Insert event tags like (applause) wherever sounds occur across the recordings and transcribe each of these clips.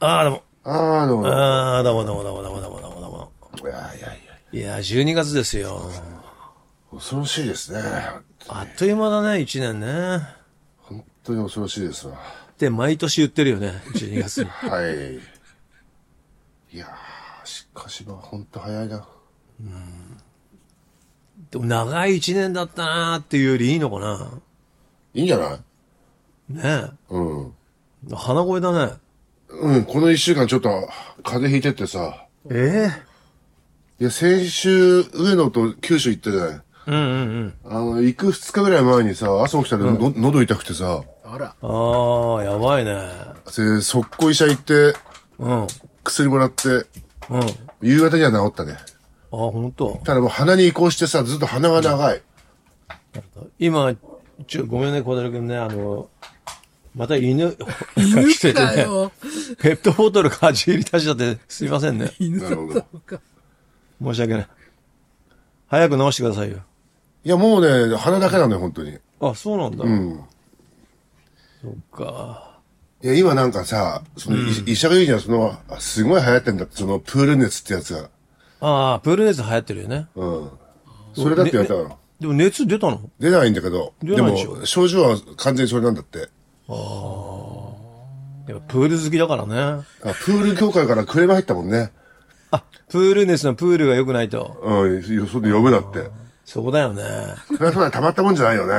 ああ、どうも。ああ、どうも。いああ、どうもどうもどうもどうもどうもどうもどうも。やいやいや、いやー、12月ですよ。恐ろしいですね。あっという間だね、1年ね。本当に恐ろしいですわ。って毎年言ってるよね、12月。はい。いやー、しかしまあ、本当早いな。 (laughs) でも長い1年だったなーっていうよりいいのかいいんじゃないな。ねうん。え。鼻声だね。うん、この一週間ちょっと、風邪ひいてってさ。えいや、先週、上野と九州行ったじゃない。えうんうんうん。あの、行く二日ぐらい前にさ、朝起きたらの、喉痛くてさ、ああ、やばいね。で、速攻医者行って、うん。うん。薬もらって、ああ、夕方には治ったね。ほんと。ただもう鼻に移行してさ、ずっと鼻が長い。今、ちょ、ごめんね、小太郎くんね、あの、また犬、 (laughs) 犬来ててかね、よ。 (laughs) ペットボトルかじり出しちゃって、すいませんね。犬なだるほど。申し訳ない。早く直してくださいよ。いや、もうね、鼻だけなんだよ、本当に。あ、そうなんだ。うん。そっか。いや、今なんかさ、その、い医者が言うじゃん、その、あすごい流行ってんだって、その、プール熱ってやつが。ああ、プール熱流行ってるよね。うん。それだって言われたから。でも熱出たの出ないんだけど、出でないでしょも、症状は完全にそれなんだって。やっぱプール好きだからね。あプール協会からクレーム入ったもんね。あ、プール熱のプールが良くないと。うん、よそで呼ぶなって。そこだよね。それはそれはたまったもんじゃないよね。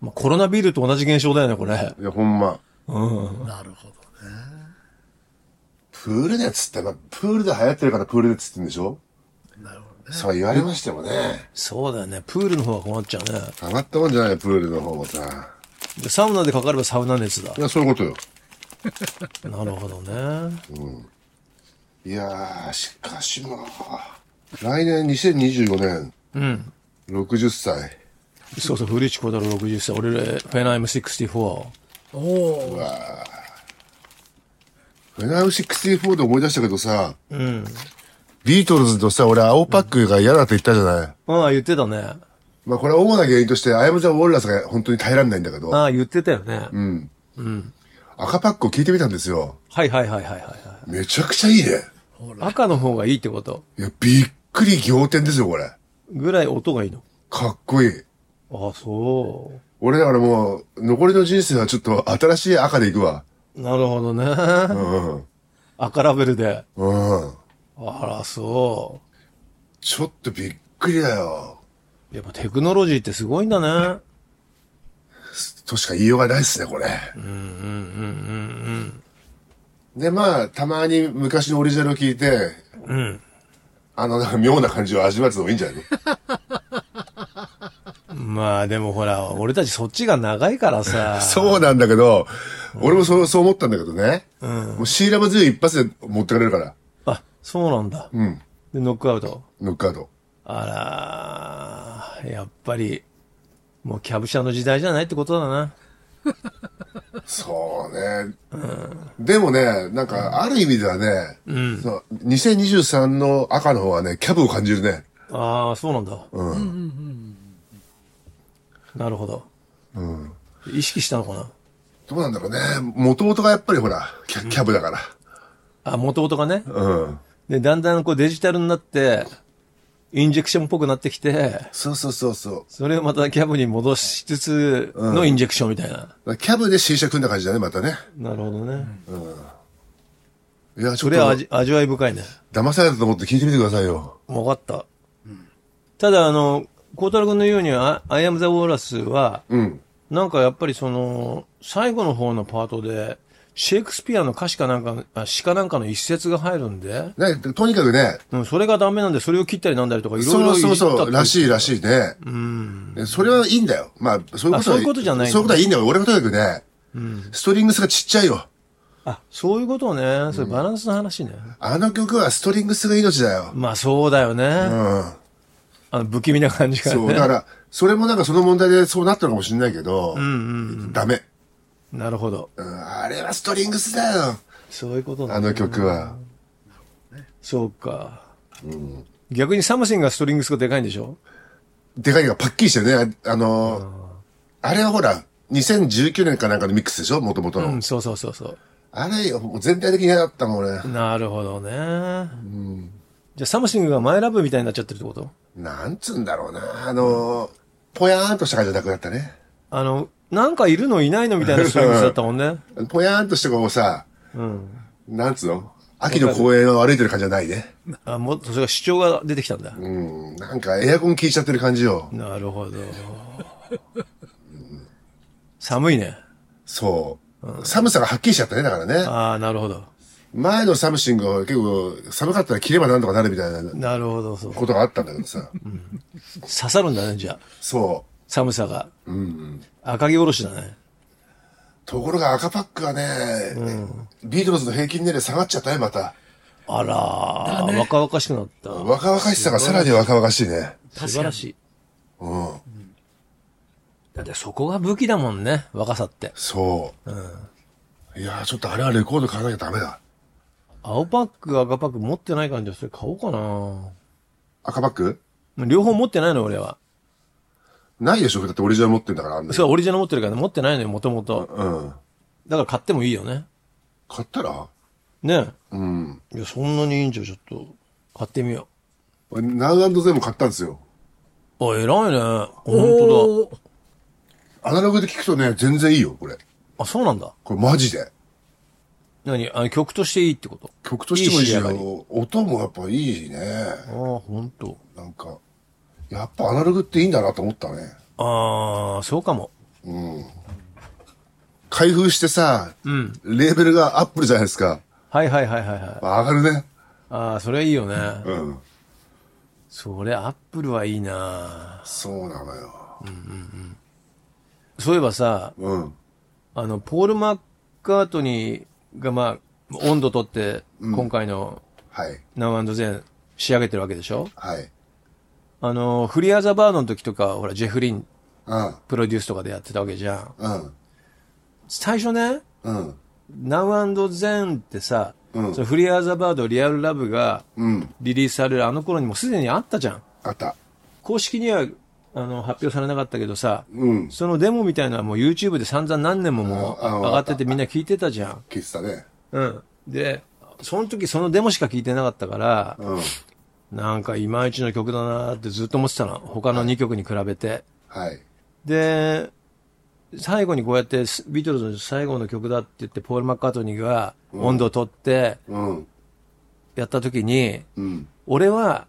まあ、コロナビールと同じ現象だよね、これ。いや、ほんま。なるほど。プール熱って、まあ、プールで流行ってるからプール熱って言うんでしょなるほどね。そう言われましてもね。そうだよね。プールの方が困っちゃうね。たまったもんじゃないよ、プールの方もさ。でサウナでかかればサウナ熱だい。や、そういうことよ。なるほどね。いやー、しかしまあ、来年2025年、うん。 60歳。そうそう、古市幸太郎60歳、俺ら、フェナイム64。おお。フェナウ64で思い出したけどさ、うん。ビートルズとさ、俺、青パックが嫌だって言ったじゃない。ああ、言ってたね。まあ、これは主な原因として、アイム・ザ・ウォーラスが本当に耐えられないんだけど、ああ、言ってたよね。赤パックを聞いてみたんですよ。はいはいはいはいはいはめちゃくちゃいいね。い。赤の方がいいってこといや、びっくり仰天ですよ、これ。ぐらい音がいいの。かっこいい。ああ、そ俺だからもう、残りの人生はちょっと新しい赤で行くわ。う。なるほどね。うん。赤ラベルで。うん。あら、そちょっとびっくりだよ。う。やっぱテクノロジーってすごいんだね。としか言いようがないですね、これ。で、まあ、たまに昔のオリジナルを聞いて、うん。あの、なんか妙な感じを味わってもいいんじゃないのまあでもほら、俺たちそっちが長いから (laughs) さ。そうなんだけど、俺もそう、そう思ったんだけどね。もうシーラバ強い一発で持ってかれるから。あ、そうなんだ。うん。で、ノックアウト。ノックアウト。あらー、やっぱり、もうキャブ車の時代じゃないってことだな。そうね。でもね、なんか、ある意味ではね、その2023の赤の方はね、キャブを感じるね。ああ、そうなんだ。なるほど。意識したのかなどうなんだろうね。元々がやっぱりほら、キャキャブだから。あ、元々がね。うん。で、だんだんこうデジタルになって、インジェクションっぽくなってきて、そうそうそうそう。それをまたキャブに戻しつつのインジェクションみたいな。キャブで C 社組んだ感じだね、またね。なるほどね。いや、ちょそっれはと、味味わい深いね。騙されたと思って聞いてみてくださいよ。わかった。ただ、あの、孝太郎君のように、あアイアム・ザ・ウォーラスは、うん。なんかやっぱりその、最後の方のパートで、シェイクスピアの歌詞かなんか、あ詩かなんかの一節が入るんで、ね、とにかくね、うん、それがダメなんで、それを切ったりなんだりとか、いろいそろうそうそう、らしい。いらしいね。うん。それはいいんだよ。まあ、そういうことはあそういうことじゃないのそういうことはいいんだよ。俺がとにかくね、ストリングスがちっちゃいよ。あ、そういうことね。それバランスの話ね。あの曲はストリングスが命だよ。まあそうだよね。うん。あの、不気味な感じがね。そう、だから、それもなんかその問題でそうなったのかもしれないけど、ダメ。なるほど。うん、あれはストリングスだよ。そういうことねあの曲は。そうか。逆にサムシンがストリングスがでかいんでしょでかいのがパッキリしてるね。ああのーあれはほら、2019年かなんかのミックスでしょもともとの、うん、そうそうそうそう。あれよ、もう全体的に嫌だったもんね。なるほどね。じゃあ、サムシングがマイラブみたいになっちゃってるってことなんつうんだろうな。あの、ぽやーんとした感じじゃなくなったね。あの、なんかいるのいないのみたいなスイングだったもん (laughs) ね。ぽやーんとしてこうさ、うん。なんつうの秋の公園を歩いてる感じじゃないね。あ、もっとそれが主張が出てきたんだ。うん。なんかエアコン効いちゃってる感じよ。なるほど。寒いね。そう。寒さがはっきりしちゃったね、だからね。ああ、なるほど。前のサムシングは結構寒かったら切ればなんとかなるみたいななるほど、そう。ことがあったんだけどさ。刺さるんだね、じゃあ。そ寒さが。赤城おろしだね。う。ところが赤パックはね、ビートルズの平均年齢下がっちゃったね、また。あらー、若々しくなった。若々しさがさらに若々しいね。素晴らしい。うん。だってそこが武器だもんね、若さって。そう。いやー、ちょっとあれはレコード買わなきゃダメだ。青パック、赤パック持ってない感じはそれ買おうかな赤パック両方持ってないの、俺は。ないでしょだってオリジナル持ってんだから、あんなにそう、オリジナル持ってるからね、持ってないのよ、もともと。うん。だから買ってもいいよね。買ったらねうん。え。いや、そんなにいいんじゃん、ちょっと。買ってみよナウゼも買ったんですよ。う。あ、偉いね。本当だ。だ。アナログで聞くとね、全然いいよ、これ。あ、そうなんだ。これマジで。何あ曲としていいってこと曲としてもいいしいい仕上がり音もやっぱいいね。ああ、本当。なんか、やっぱアナログっていいんだなと思ったね。ああ、そうかも。開封してさ、レーベルがアップルじゃないですか。はいはいはいはいはい。上がるね。ああ、それいいよね。うん。それ、アップルはいいなそうなのよ。そういえばさ、うん。あの、ポール・マッカートニーが、まあ、温度取って、今回のはい。 Now Then 仕上げてるわけでしょはい。あの、フリーアザバードの時とか、ほら、ジェフリンうん。プロデュースとかでやってたわけじゃん。うん。最初ね、うん。 Now Then ってさ、そのフリーアザバードリアルラブがうん。リリースされるあの頃にもすでにあったじゃん。あった。公式には、あの、発表されなかったけどさ、うん。そのデモみたいなのはもう YouTube で散々何年ももうああ上がっててみんな聞いてたじゃん。聞いてたね。うん。で、その時そのデモしか聞いてなかったから、うん。なんかいまいちの曲だなーってずっと思ってたの。他の2曲に比べて。はい。で、最後にこうやってスビートルズの最後の曲だって言ってポール・マッカートニーが温度を取ってうん。やった時に、うん。俺は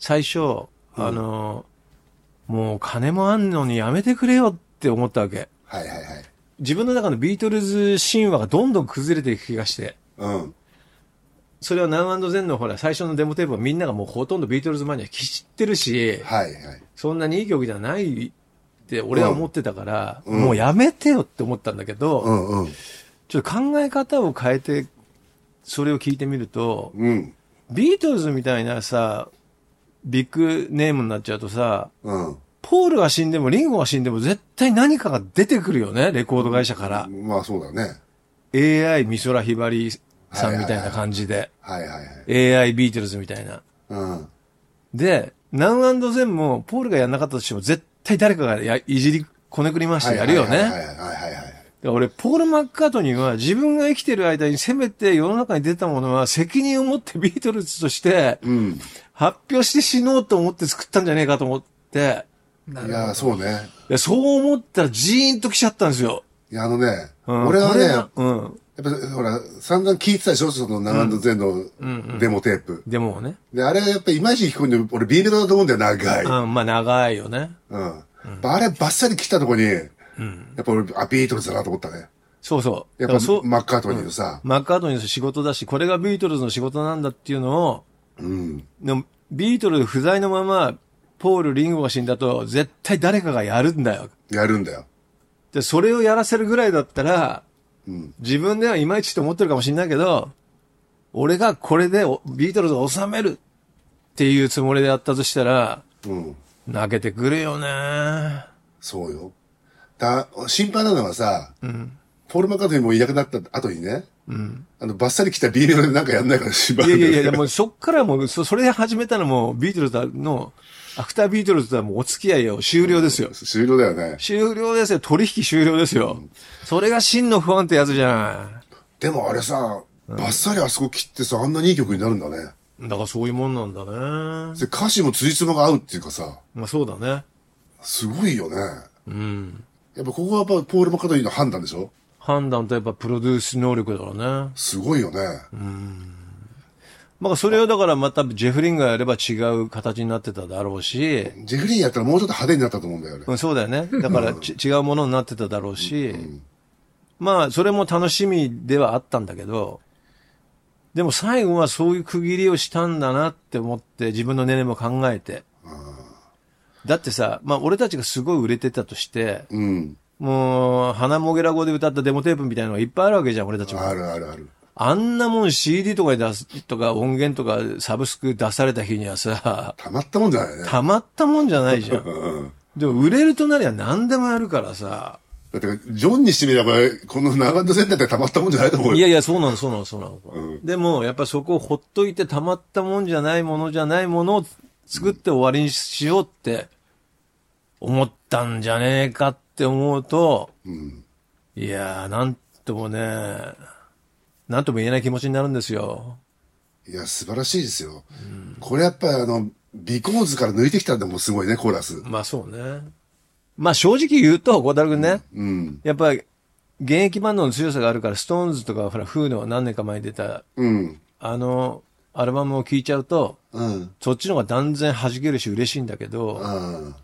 最初、あの、もう金もあんのにやめてくれよって思ったわけ。はいはいはい。自分の中のビートルズ神話がどんどん崩れていく気がして。うん。それはナウゼンのほら、最初のデモテープはみんながもうほとんどビートルズマニア知ってるし、はいはい。そんなにいい曲じゃないって俺は思ってたから、もうやめてよって思ったんだけど、うんうん。ちょっと考え方を変えて、それを聞いてみると、うん。ビートルズみたいなさ、ビッグネームになっちゃうとさ、うん。ポールが死んでもリンゴが死んでも絶対何かが出てくるよね、レコード会社から。まあそうだね。 AI 美空ひばりさんみたいな感じで、はいはいはい。 AI ビートルズみたいな。うん。で、ナウゼンも、ポールがやんなかったとしても、絶対誰かがやいじり、こねくりましてやるよね。だはいはいかはいはい。ら俺、ポール・マッカートニーは、自分が生きてる間に、せめて世の中に出たものは、責任を持ってビートルズとして、うん。発表して死のうと思って作ったんじゃねえかと思って、ないるやー、そうね。いやそう思ったら、ジーンと来ちゃったんですよ。いや、あのね、うん俺はこね、れやがっうん。ぱ、ほら、散々聞いてたでしょその、ナンゼンのデモテープ。でもね。で、あれやっぱいまいち聞こえんの、俺ビールドだと思うんだよ、長い。うん。うん、まあ、長いよね。やっぱあれバッサリ来たとこに、やっぱ俺、あ、ビートルズだなと思ったね。そうそう。だやっからぱそう、マッカートニーのさ、マッカートニーの仕事だし、これがビートルズの仕事なんだっていうのを、うん。でも、ビートルズ不在のまま、ポール・リンゴが死んだと、絶対誰かがやるんだよ。やるんだよ。で、それをやらせるぐらいだったら、うん。自分ではいまいちと思ってるかもしれないけど、俺がこれでおビートルズを収めるっていうつもりでやったとしたら、うん。泣けてくるよね。そうよ。だ、心配なのはさ、ポール・マッカートニーもいなくなった後にね、あの、バッサリ来たビールドでなんかやんないから心配いやなんいだよやねいや、もうそっからもう、そそれで始めたらもうビートルズの、アフタービートルズとはもうお付き合いを終了ですよ。終了だよね。終了ですよ。取引終了ですよ。それが真の不安ってやつじゃない。でもあれさ、バッサリあそこ切ってさ、あんなにいい曲になるんだね。だからそういうもんなんだね。で歌詞も辻褄が合うっていうかさ、まあそうだね。すごいよね。うん。やっぱここはやっぱポール・マッカートニーの判断でしょ判断とやっぱプロデュース能力だからね。すごいよね。まあそれをだからまたジェフリンがやれば違う形になってただろうし、ジェフリーンやったらもうちょっと派手になったと思うんだよね。うん、そうだよね。だからち違うものになってただろうし、まあそれも楽しみではあったんだけど、でも最後はそういう区切りをしたんだなって思って自分の年齢も考えて。だってさ、まあ俺たちがすごい売れてたとして、うん。もう、花もげら語で歌ったデモテープみたいなのがいっぱいあるわけじゃん、俺たちも。あるあるある。あんなもん CD とかに出す、とか音源とかサブスク出された日にはさ、たまったもんじゃないね。たまったもんじゃないじゃん。うん。でも売れるとなりゃ何でもやるからさ。だって、ジョンにしてみれば、この長野センターってたまったもんじゃないと思ういよ。やいや、そうなの、そうなの、そうなの。でも、やっぱそこをほっといてたまったもんじゃないものじゃないものを作って終わりにしようって思ったんじゃねえかって思うと、いやー、なんともね、なんとも言えない気持ちになるんですよ。いや、素晴らしいですよ。これやっぱあの、ビコーズから抜いてきたんでもうすごいね、コーラス。まあそうね。まあ正直言うと、小太郎くんね、うん。やっぱり現役バンドの強さがあるから、ストーンズとか、ほら、フーの何年か前に出た、うん。あの、アルバムを聴いちゃうと、うん。そっちの方が断然弾けるし嬉しいんだけど、うん。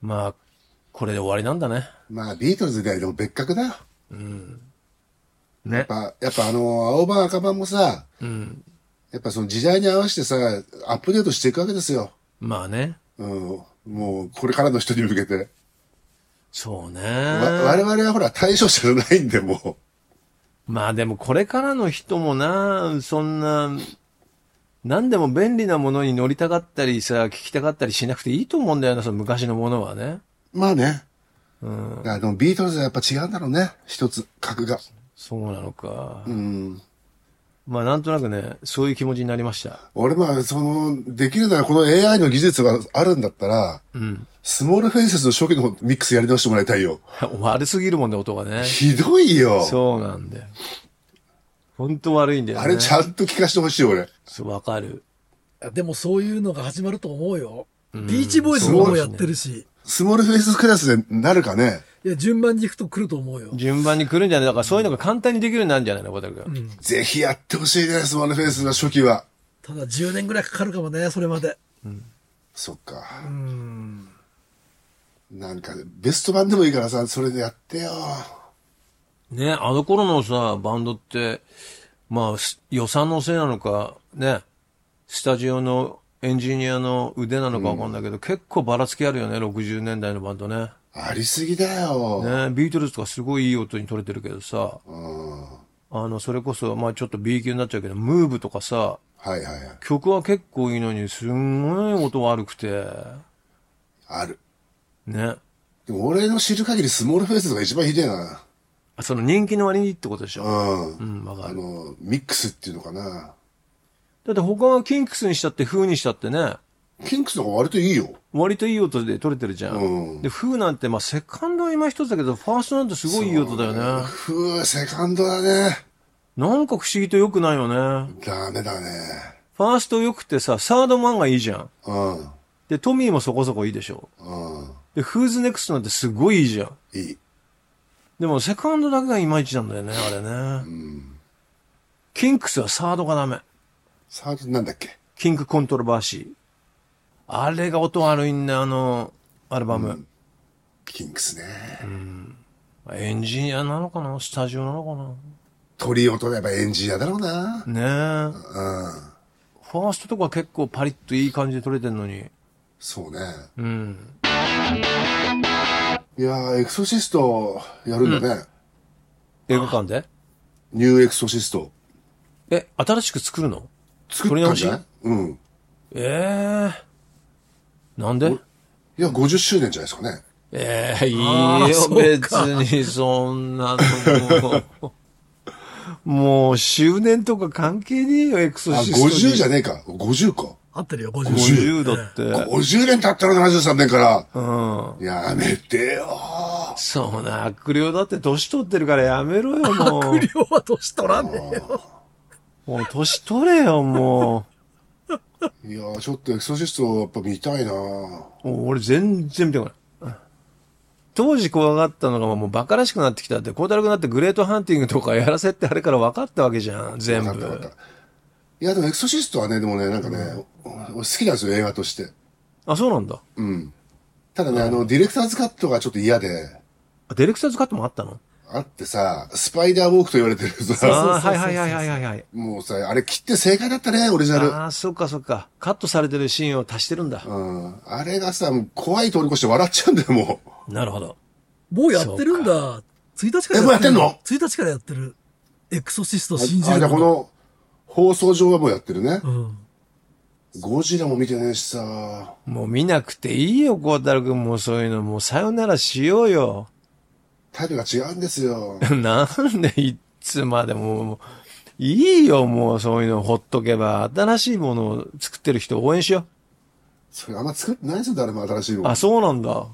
まあ、これで終わりなんだね。まあ、ビートルズでありでも別格だ。やっね。ぱ、やっぱあの、青版赤版もさ、うん。やっぱその時代に合わせてさ、アップデートしていくわけですよ。まあね。うん。もう、これからの人に向けて。そうね。わ我々はほら、対象者じゃないんで、もまあでもこれからの人もな、そんな、何でも便利なものに乗りたかったりさ、聞きたかったりしなくていいと思うんだよな、その昔のものはね。う。まあね。うん。でもビートルズはやっぱ違うんだろうね。一つ、格が。そうなのか。うん。まあなんとなくね、そういう気持ちになりました。 (laughs) 俺も、その、できるならこの AI の技術があるんだったら、うん。スモールフェイセスの初期のミックスやり直してもらいたいよ。悪すぎるもんね、音がね。ひどい (laughs) よ。そうなんだよ。ほんと悪いんだよね。あれちゃんと聞かしてほしい、俺。そう、わかる。でもそういうのが始まると思うよ。ビーチボーイズももうやってるし。スモールフェイスクラスでなるかね。いや、順番に行くと来ると思うよ。順番に来るんじゃないだからそういうのが簡単にできるようになるんじゃないの小田君。ぜひやってほしいね、スモールフェイスの初期は。ただ10年ぐらいかかるかもね、それまで。そっか。うん。なんか、ベスト版でもいいからさ、それでやってよ。ね、あの頃のさ、バンドって、まあ、す予算のせいなのか、ね、スタジオのエンジニアの腕なのかわかんないけど、結構ばらつきあるよね、60年代のバンドね。ありすぎだよ。ね、ビートルズとかすごいいい音に取れてるけどさ、うん。はあの、それこそ、まあちょっと B 級になっちゃうけど、ムーブとかさ、いはいはい。曲は結構いいのに、すんごい音悪くて、ある。ね。でも俺の知る限りスモールフェイスが一番ひでえな。あその人気の割にってことでしうょ。ん。うん、わかるあ。の、ミックスっていうのかな。だって他はキンクスにしたって、フーにしたってね、キンクスの方が割といいよ。割といい音で撮れてるじゃん。うんで、フーなんて、まあ、セカンドは今一つだけど、ファーストなんてすごいいい音だよね。ふう、セカンドだね。なんか不思議と良くないよね。ダメだね。ファースト良くてさ、サードマンがいいじゃん。うん。で、トミーもそこそこいいでしょ。うん。で、フーズネクストなんてすごいいいじゃん。いい。でも、セカンドだけがいまいちなんだよね、あれね。キンクスはサードがダメ。サードなんだっけキンクコントロバーシー。あれが音悪いんだよ、あの、アルバム。キンクスね。エンジニアなのかなスタジオなのかな鳥を取ればエンジニアだろうな。ねえ。ファーストとか結構パリッといい感じで撮れてんのに。そうね。うん。いやー、エクソシストやるんだね。映画館でニューエクソシスト。え、新しく作るの作撮りった直んしじゃないうん。ええなんでいや、50周年じゃないですかね。ええいいあーよ、そう別かにそんなの (laughs) もう。もう、執念とか関係ねえよ、エクソあ、シストに。 50じゃねえか。50か。合ってるよ、50 50だって。 50年経ったの73年から。うん。やめてよそうな、悪霊だって年取ってるからやめろよ、もう。不良は年取らねえよ。もう年取れよ、もーいやーちょっとエクソシストやっぱ見たいなーう。もう俺全然見てこない。当時怖がったのがもうバカらしくなってきたって、高太郎くなってグレートハンティングとかやらせってあれから分かったわけじゃん、全分部かっ。た分かった。いや、でもエクソシストはね、でもね、なんかね、お俺好きなんですよ、映画として。あ、そうなんだ。うん。ただね、あの、ディレクターズカットがちょっと嫌で、あディレクターズカットもあったのあってさ、スパイダーウォークと言われてるさ、ああー、はいはいはいはいはいはい。もうさ、あれ切って正解だったね、オリジナル。ああ、そっかそっか。カットされてるシーンを足してるんだ。うん。あれがさ、もう怖い通り越して笑っちゃうんだよ、もう。なるほど。もうやってるんだ。1日からえもうやってんの ?1 日からやってる。エクソシストあ、信じあるじゃなあこの、放送上はもうやってるね。うん。ゴジラも見てねえしさ、もう見なくていいよ、孝太郎くん。もうそういうの、もうさよならしようよ。 (laughs) タイプが違うんですよ。なんでいつまでも、もういいよ、もうそういうのほっとけば。新しいものを作ってる人応援しよ。それあんま作ってないんですよ、誰も新しいうのあ、。そうなんだ。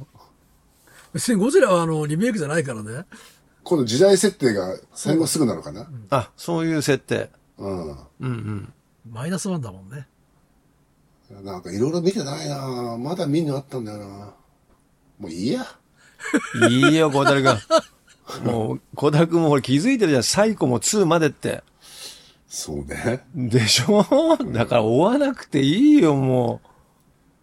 別にゴジラはあの、リメイクじゃないからね。今度時代設定が戦後すぐなのかな。あ、そういう設定。うん。うんうん。マイナスワンだもんね。なんかいろいろ見てないなまだ見んのあったんだよなもういいや。いいよ、孝太郎くん。もう、孝太郎くんもほら気づいてるじゃん。サイコも2までって。そうね。でしょだから追わなくていいよ、も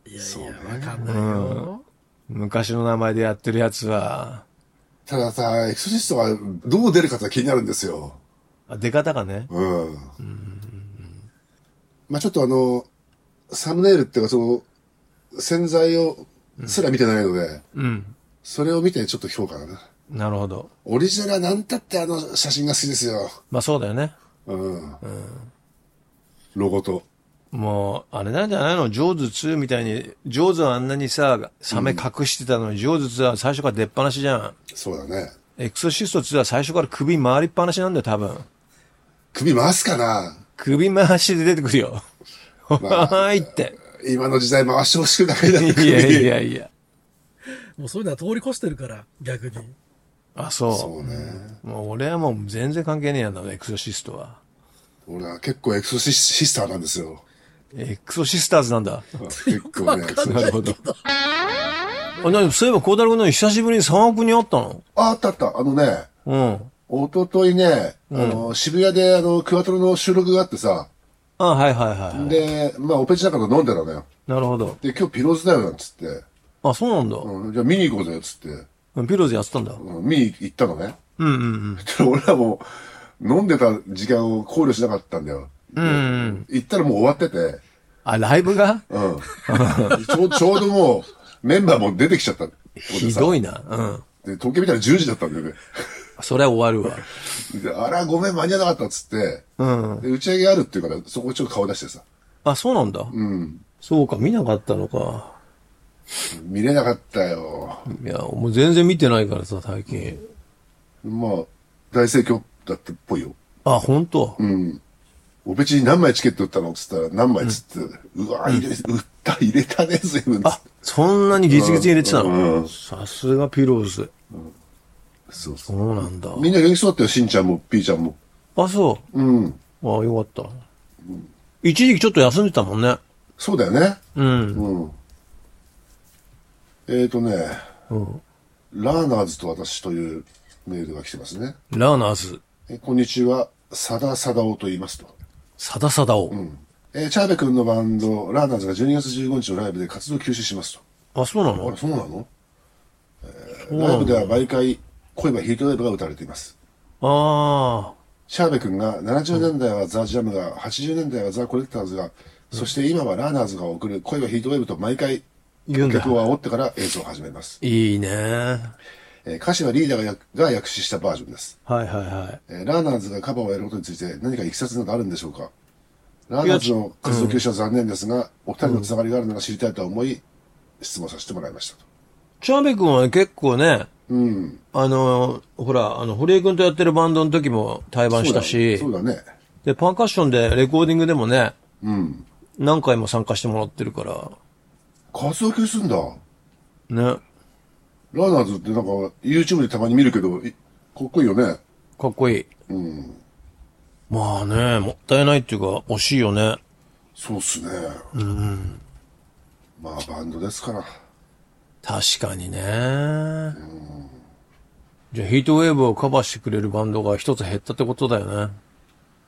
いやそういねや、わかんないよ。う。昔の名前でやってるやつは。たださ、エクソシストはどう出るかって気になるんですよ。あ、出方がね。うん。まあちょっとあの、サムネイルっていうかその、洗剤をすら見てないので、うん。それを見てちょっと評価だな。なるほど。オリジナルは何たってあの写真が好きですよ。まあそうだよね。うん。ロゴと。もう、あれなんじゃないのジョーズ2みたいに、ジョーズはあんなにさ、サメ隠してたのに、ジョーズ2は最初から出っ放しじゃん。そうだね。エクソシスト2は最初から首回りっぱなしなんだよ、多分。首回すかな首回しで出てくるよ。はーいって。今の時代回してほしくないだろ、い首。やいやいや。もうそういうのは通り越してるから、逆に。あ、そう。そうね。もう俺はもう全然関係ねえやんだ、エクソシストは。俺は結構エクソシシスターなんですよ。エクソシスターズなんだ。結構ね。わかんなないるほど。あ、なにそういえば、孝太郎君の久しぶりに3億に会ったのあ、あったあった。あのね、うん。一昨日ね、あの、渋谷であの、クワトロの収録があってさ、あ、はいはいはいはい。で、まあ、オペチだから飲んでたのよ。なるほど。で、今日ピローズだよ、なんつって、あ、そうなんだ。うん、じゃあ見に行こうぜ、つって、ピローズやってたんだ。うん、見に行ったのね。うんうんうん。で、 (laughs) 俺はもう、飲んでた時間を考慮しなかったんだよ。うんうん。行ったらもう終わってて、あ、ライブがうん。ち (laughs) ょうちょうどもう、メンバーも出てきちゃった。ひどいな。うん。で、時計見たら10時だったんだよね。 (laughs) それは終わるわ。であら、ごめん、間に合わなかったっつって、うん。で打ち上げあるっていうから、そこちょっと顔出してさ、あ、そうなんだ。うん、そうか、見なかったのか。見れなかったよ。いや、もう全然見てないからさ、最近。まあ、大盛況だったっぽいよ。あ、本当。うん。おべちに何枚チケット売ったのっつったら何枚っつって、うわ入れ、売った、入れたね、随分。あ、そんなにギツギツに入れてたうんうのんさすがピローズ。そうそそうなんだう。。みんな元気そうだったよ、しんちゃんも、ぴーちゃんも。あ、そうん。う。あ、よかった。一時期ちょっと休んでたもんね。そうだよね。うん。うん。えーとね、うん、ラーナーズと私というメールが来てますね。ラーナーズ、えこんにちは、さださだおと言いますと。サダサダを。えーチャーベ君のバンド、ラーナーズが12月15日のライブで活動休止しますあ、そうなと。あら、のそうなの、えーうなのライブでは毎回、恋はヒートウェーブが歌われています。あシャーベ君が70年代はザ・ジャムが、80年代はザ・コレクターズが、そして今はラーナーズが送る恋はヒートウェーブと毎回、言うんだ曲を煽ってから演奏を始めます。あ、いいね。はいえー歌詞はリーダーがやが訳詞したバージョンです。はいはい。えーラーナーズがカバーをやることについて何かいきさつなどあるんでしょうかラーナーズの活動休止は残念ですが、お二人のつながりがあるなら知りたいと思い、質問させてもらいましたと。チャーベ君はね結構ね、うん。あの、ほら、あの、堀江君とやってるバンドの時も対バンしたし、そうだね。で、パーカッションでレコーディングでもね、うん。何回も参加してもらってるから、活動休すんだ。ね。ランナーズってなんか、YouTube でたまに見るけど、いかっこいいよね。かっこいい。うん。まあね、もったいないっていうか、惜しいよね。そうっすね。うん。まあ、バンドですから。確かにね。じゃあ、ヒートウェーブをカバーしてくれるバンドが一つ減ったってことだよね。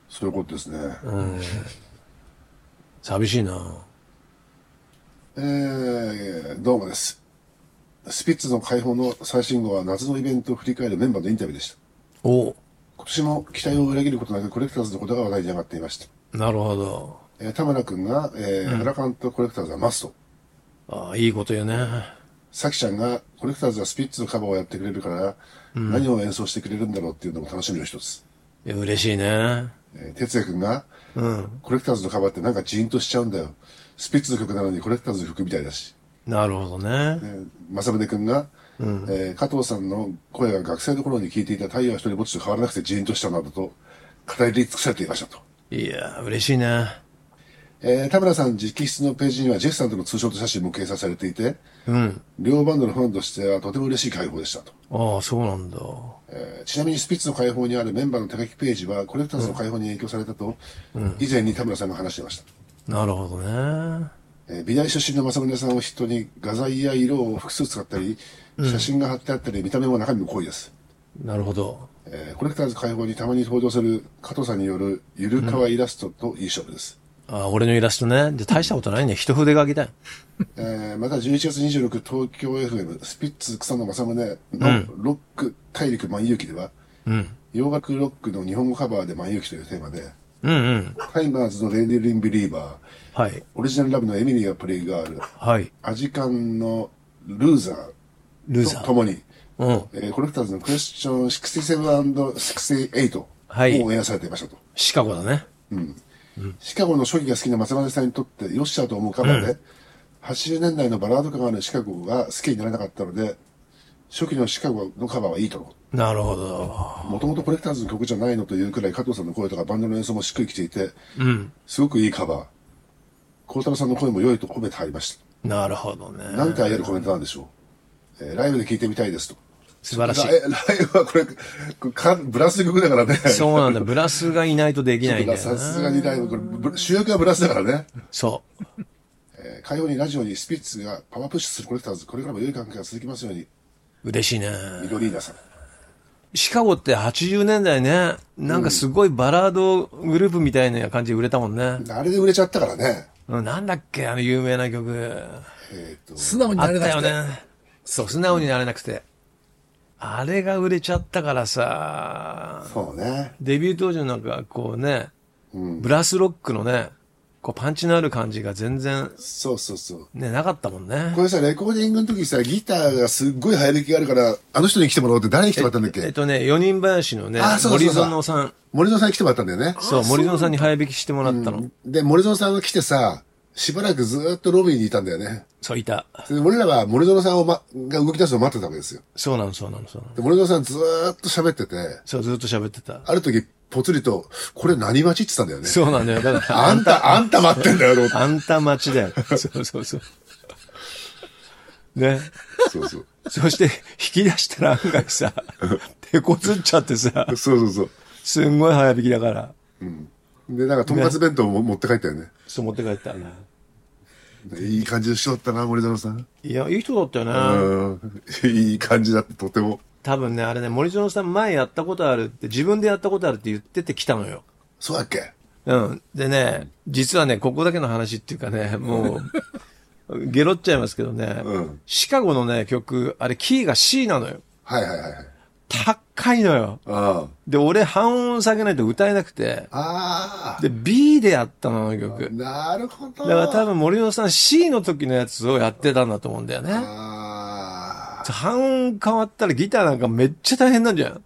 そういうことですね。寂しいな。えー、どうもです。スピッツの解放の最新号は夏のイベントを振り返るメンバーのインタビューでした。お今年も期待を裏切ることなくコレクターズのことが話題に上がっていました。なるほど。えー、田村くんが、えー、原監とコレクターズはマスト。ああ、いいこと言うね。さきちゃんがコレクターズはスピッツのカバーをやってくれるから、何を演奏してくれるんだろうっていうのも楽しみの一つ。いや嬉しいね。えー、哲也くんが、コレクターズのカバーってなんかジーンとしちゃうんだよ。スピッツの曲なのにコレクターズの曲みたいだし。なるほどね。えー正宗くんが、えー加藤さんの声が学生の頃に聞いていた太陽は一人ぼっちと変わらなくてジーンとしたなどと語り尽くされていましたと。いや、嬉しいね。えー田村さん直筆のページにはジェフさんとのツーショット写真も掲載されていて、うん。両バンドのファンとしてはとても嬉しい解放でしたと。ああ、そうなんだ。えーちなみにスピッツの解放にあるメンバーの手書きページはコレクターズの解放に影響されたと、以前に田村さんが話していました。なるほどね。えー美大出身の正宗さんを筆頭に画材や色を複数使ったり、写真が貼ってあったり、見た目も中身も濃いです。なるほど。えーコレクターズ解放にたまに登場する加藤さんによるゆるかわイラストといい勝負です。ああ、俺のイラストね。で、大したことないね。一筆書きだよ。えーまた11月26日東京 FM スピッツ草野正宗のロック大陸万有記では、うん。洋楽ロックの日本語カバーで万有記というテーマで、うんうん。タイマーズのレディリンビリーバー、はい。オリジナルラブのエミリア・プレイガール、はい。アジカンのルーザルーーザとー。共に、うん。えーコレクターズのクエスチョン 67&68 をはいオンエアされていましたと。シカゴだね。シカゴの初期が好きな松丸さんにとってよっしゃと思うカバーで、80年代のバラード感があるシカゴが好きにならなかったので、初期のシカゴのカバーはいいと。なるほど。もともとコレクターズの曲じゃないのというくらい加藤さんの声とかバンドの演奏もしっくりきていて、うん。すごくいいカバー。孝太郎さんの声も良いと褒めて入りました。なるほどなね。んてあげるコメントなんでしょう。えーライブで聴いてみたいですと。素晴らしいライライブはこれ、これかブラス曲だからね。そうなんだ。ブラスがいないとできないんだよさすな。がにライブ、これブ主役はブラスだからね。そう。えー、火曜にラジオにスピッツがパワープッシュするコレクターズ、これからも良い関係が続きますように、嬉しいね。ミドリーナさん。シカゴって80年代ね、なんかすごいバラードグループみたいな感じで売れたもんね。あれで売れちゃったからね。うんなんだっけあの有名な曲。えっ、と、素直にあなっれなたくよて。ね。そう、素直になれなくて。あれが売れちゃったからさ、そうね。デビュー当時のなんかこうね、ブラスロックのね、こうパンチのある感じが全然そうそうそう。ね、なかったもんねこ。れさ、レコーディングの時さ、ギターがすっごい流行る気があるから、あの人に来てもらおうって誰に来てもらったんだっえっけとね、4人林のねあ、そうそう森そう園さん、森園さんに来てもらったんだよね。そう、森園さんに早引きしてもらったの。で、森園さんが来てさ、しばらくずーっとロビーにいたんだよね。そう、いた。で俺らは森園さんを、ま、が動き出すのを待ってたわけですよ。そうなの、そうなの、そうなの。で、森園さんずーっと喋ってて、そう、ずっと喋ってた。ある時、ぽつりと、これ何待ちって言ってたんだよね。そうなんだよ。だから、 (laughs) あんた、あんた待ってんだよ、と思ってあんた待ちだよ。そうそうそう。ね。そうそう。そして、引き出したら案外 (laughs) さ、手こずっちゃってさ、そうそうそう。すんごい早引きだから、で、なんか、とんかつ弁当も持って帰ったよね。そう持って帰ったね。いい感じの人だったな、森園さん。いや、いい人だったよね。うん。 (laughs) いい感じだって、とても。多分ね、あれね、森園さん前やったことあるって、自分でやったことあるって言ってて来たのよ。そうだっけうん。でね、実はね、ここだけの話っていうかね、も (laughs) う、ゲロっちゃいますけどね、うんシカゴのね、曲、あれ、キーが C なのよ。はいはいはいはい。高いのよ。あで、俺、半音下げないと歌えなくて、あ。あで、B でやったの、あの曲。なるほど。だから多分森野さん C の時のやつをやってたんだと思うんだよね。ああ。半音変わったらギターなんかめっちゃ大変なんじゃん。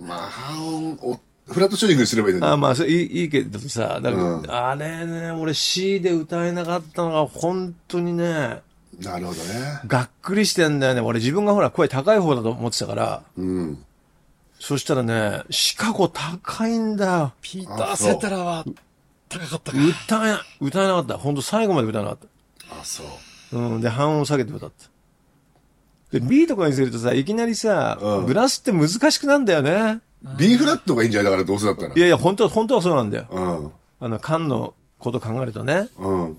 まあ、半音、お、フラットチューニングすればいいのあに。まあ、それいいいいけどさ、だから、うんあれね、俺 C で歌えなかったのが本当にね、なるほどね。がっくりしてんだよね。俺自分がほら声高い方だと思ってたから、うん。そしたらね、シカゴ高いんだよ。ピーター・セテラは高かったか。歌え、歌えなかった。ほんと最後まで歌えなかっあ、そう。た。うん。で、半音下げて歌った。で、B とかにするとさ、いきなりさ、うんグラスって難しくなんだよね。 B フラットがいいんじゃないだからどうせだったらい。やいや、本当本当はそうなんだよ。うん。あの、缶のこと考えるとね。うん。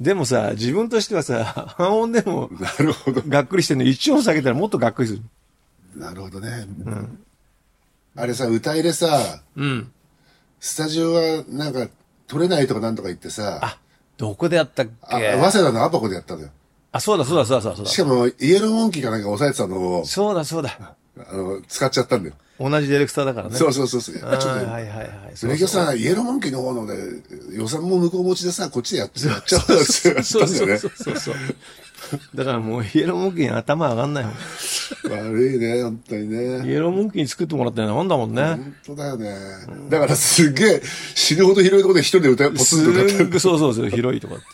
でもさ、自分としてはさ、半音でも、なるほど。がっくりしてるの、一音下げたらもっとがっくりする。なるほどね。あれさ、歌入れさ、うん。スタジオはなんか、取れないとかなんとか言ってさ、あ、どこでやったっあ、け早稲田のアパコでやったのよ。あ、そうだそうだそうだそうだ。しかも、イエローモンキーかなんか押さえてたのを、そうだそうだ。あの、使っちゃったんだよ。同じディレクターだからね。そうそうそうそう。やっあぱーちょっとはね、いはいはい。それきょさん、イエローモンキーの方のね、予算も向こう持ちでさ、こっちでやっちゃったんだよね。そうそうそうそうそう。だからもうイエローモンキーに頭上がんないもん。悪いね、本当にね。イエローモンキーに作ってもらったようなもんだもんね。本当だよね。だからすげえ、死ぬほど広いところで一人で歌う、ポすツンと歌ってんごそうそうそう、広いとかって。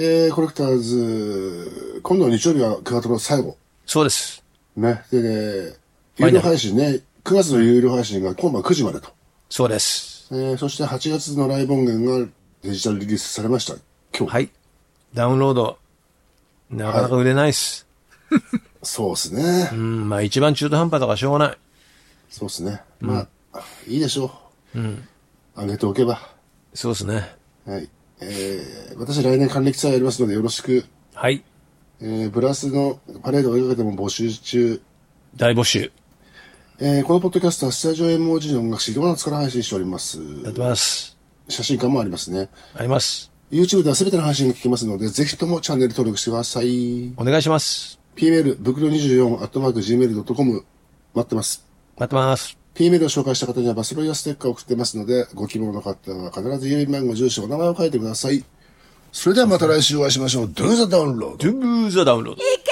えー、コレクターズ、今度の日曜日はクワトロ最後。そうです。ね。でね、ファ有イナル料配信ね、9月の有料配信が今晩9時までと。そうです。えー、そして8月のライブ音源がデジタルリリースされました。今日。はい。ダウンロード。なかなか売れないっす。そうですね。うん、まあ一番中途半端だからしょうがない。そうですね。まあ、いいでしょう。うん。上げておけば。そうですね。はい。えー、私来年還暦祭やりますのでよろしく。はい。えー、ブラスのパレードを追いかけても募集中。大募集。えー、このポッドキャストはスタジオ MOG の音楽誌、ドーナツから配信しております。やってます。写真館もありますね。あります。 YouTube では全ての配信が聞けますので、ぜひともチャンネル登録してください。お願いします。 pmail、ブクロ24、アットマーク、gmail.com、待ってます。待ってます。 pmail を紹介した方にはバスロイヤーステッカーを送ってますので、ご希望の方は必ず郵便番号、住所、お名前を書いてください。それではまた来週お会いしましょう。Do the download! Do the download. It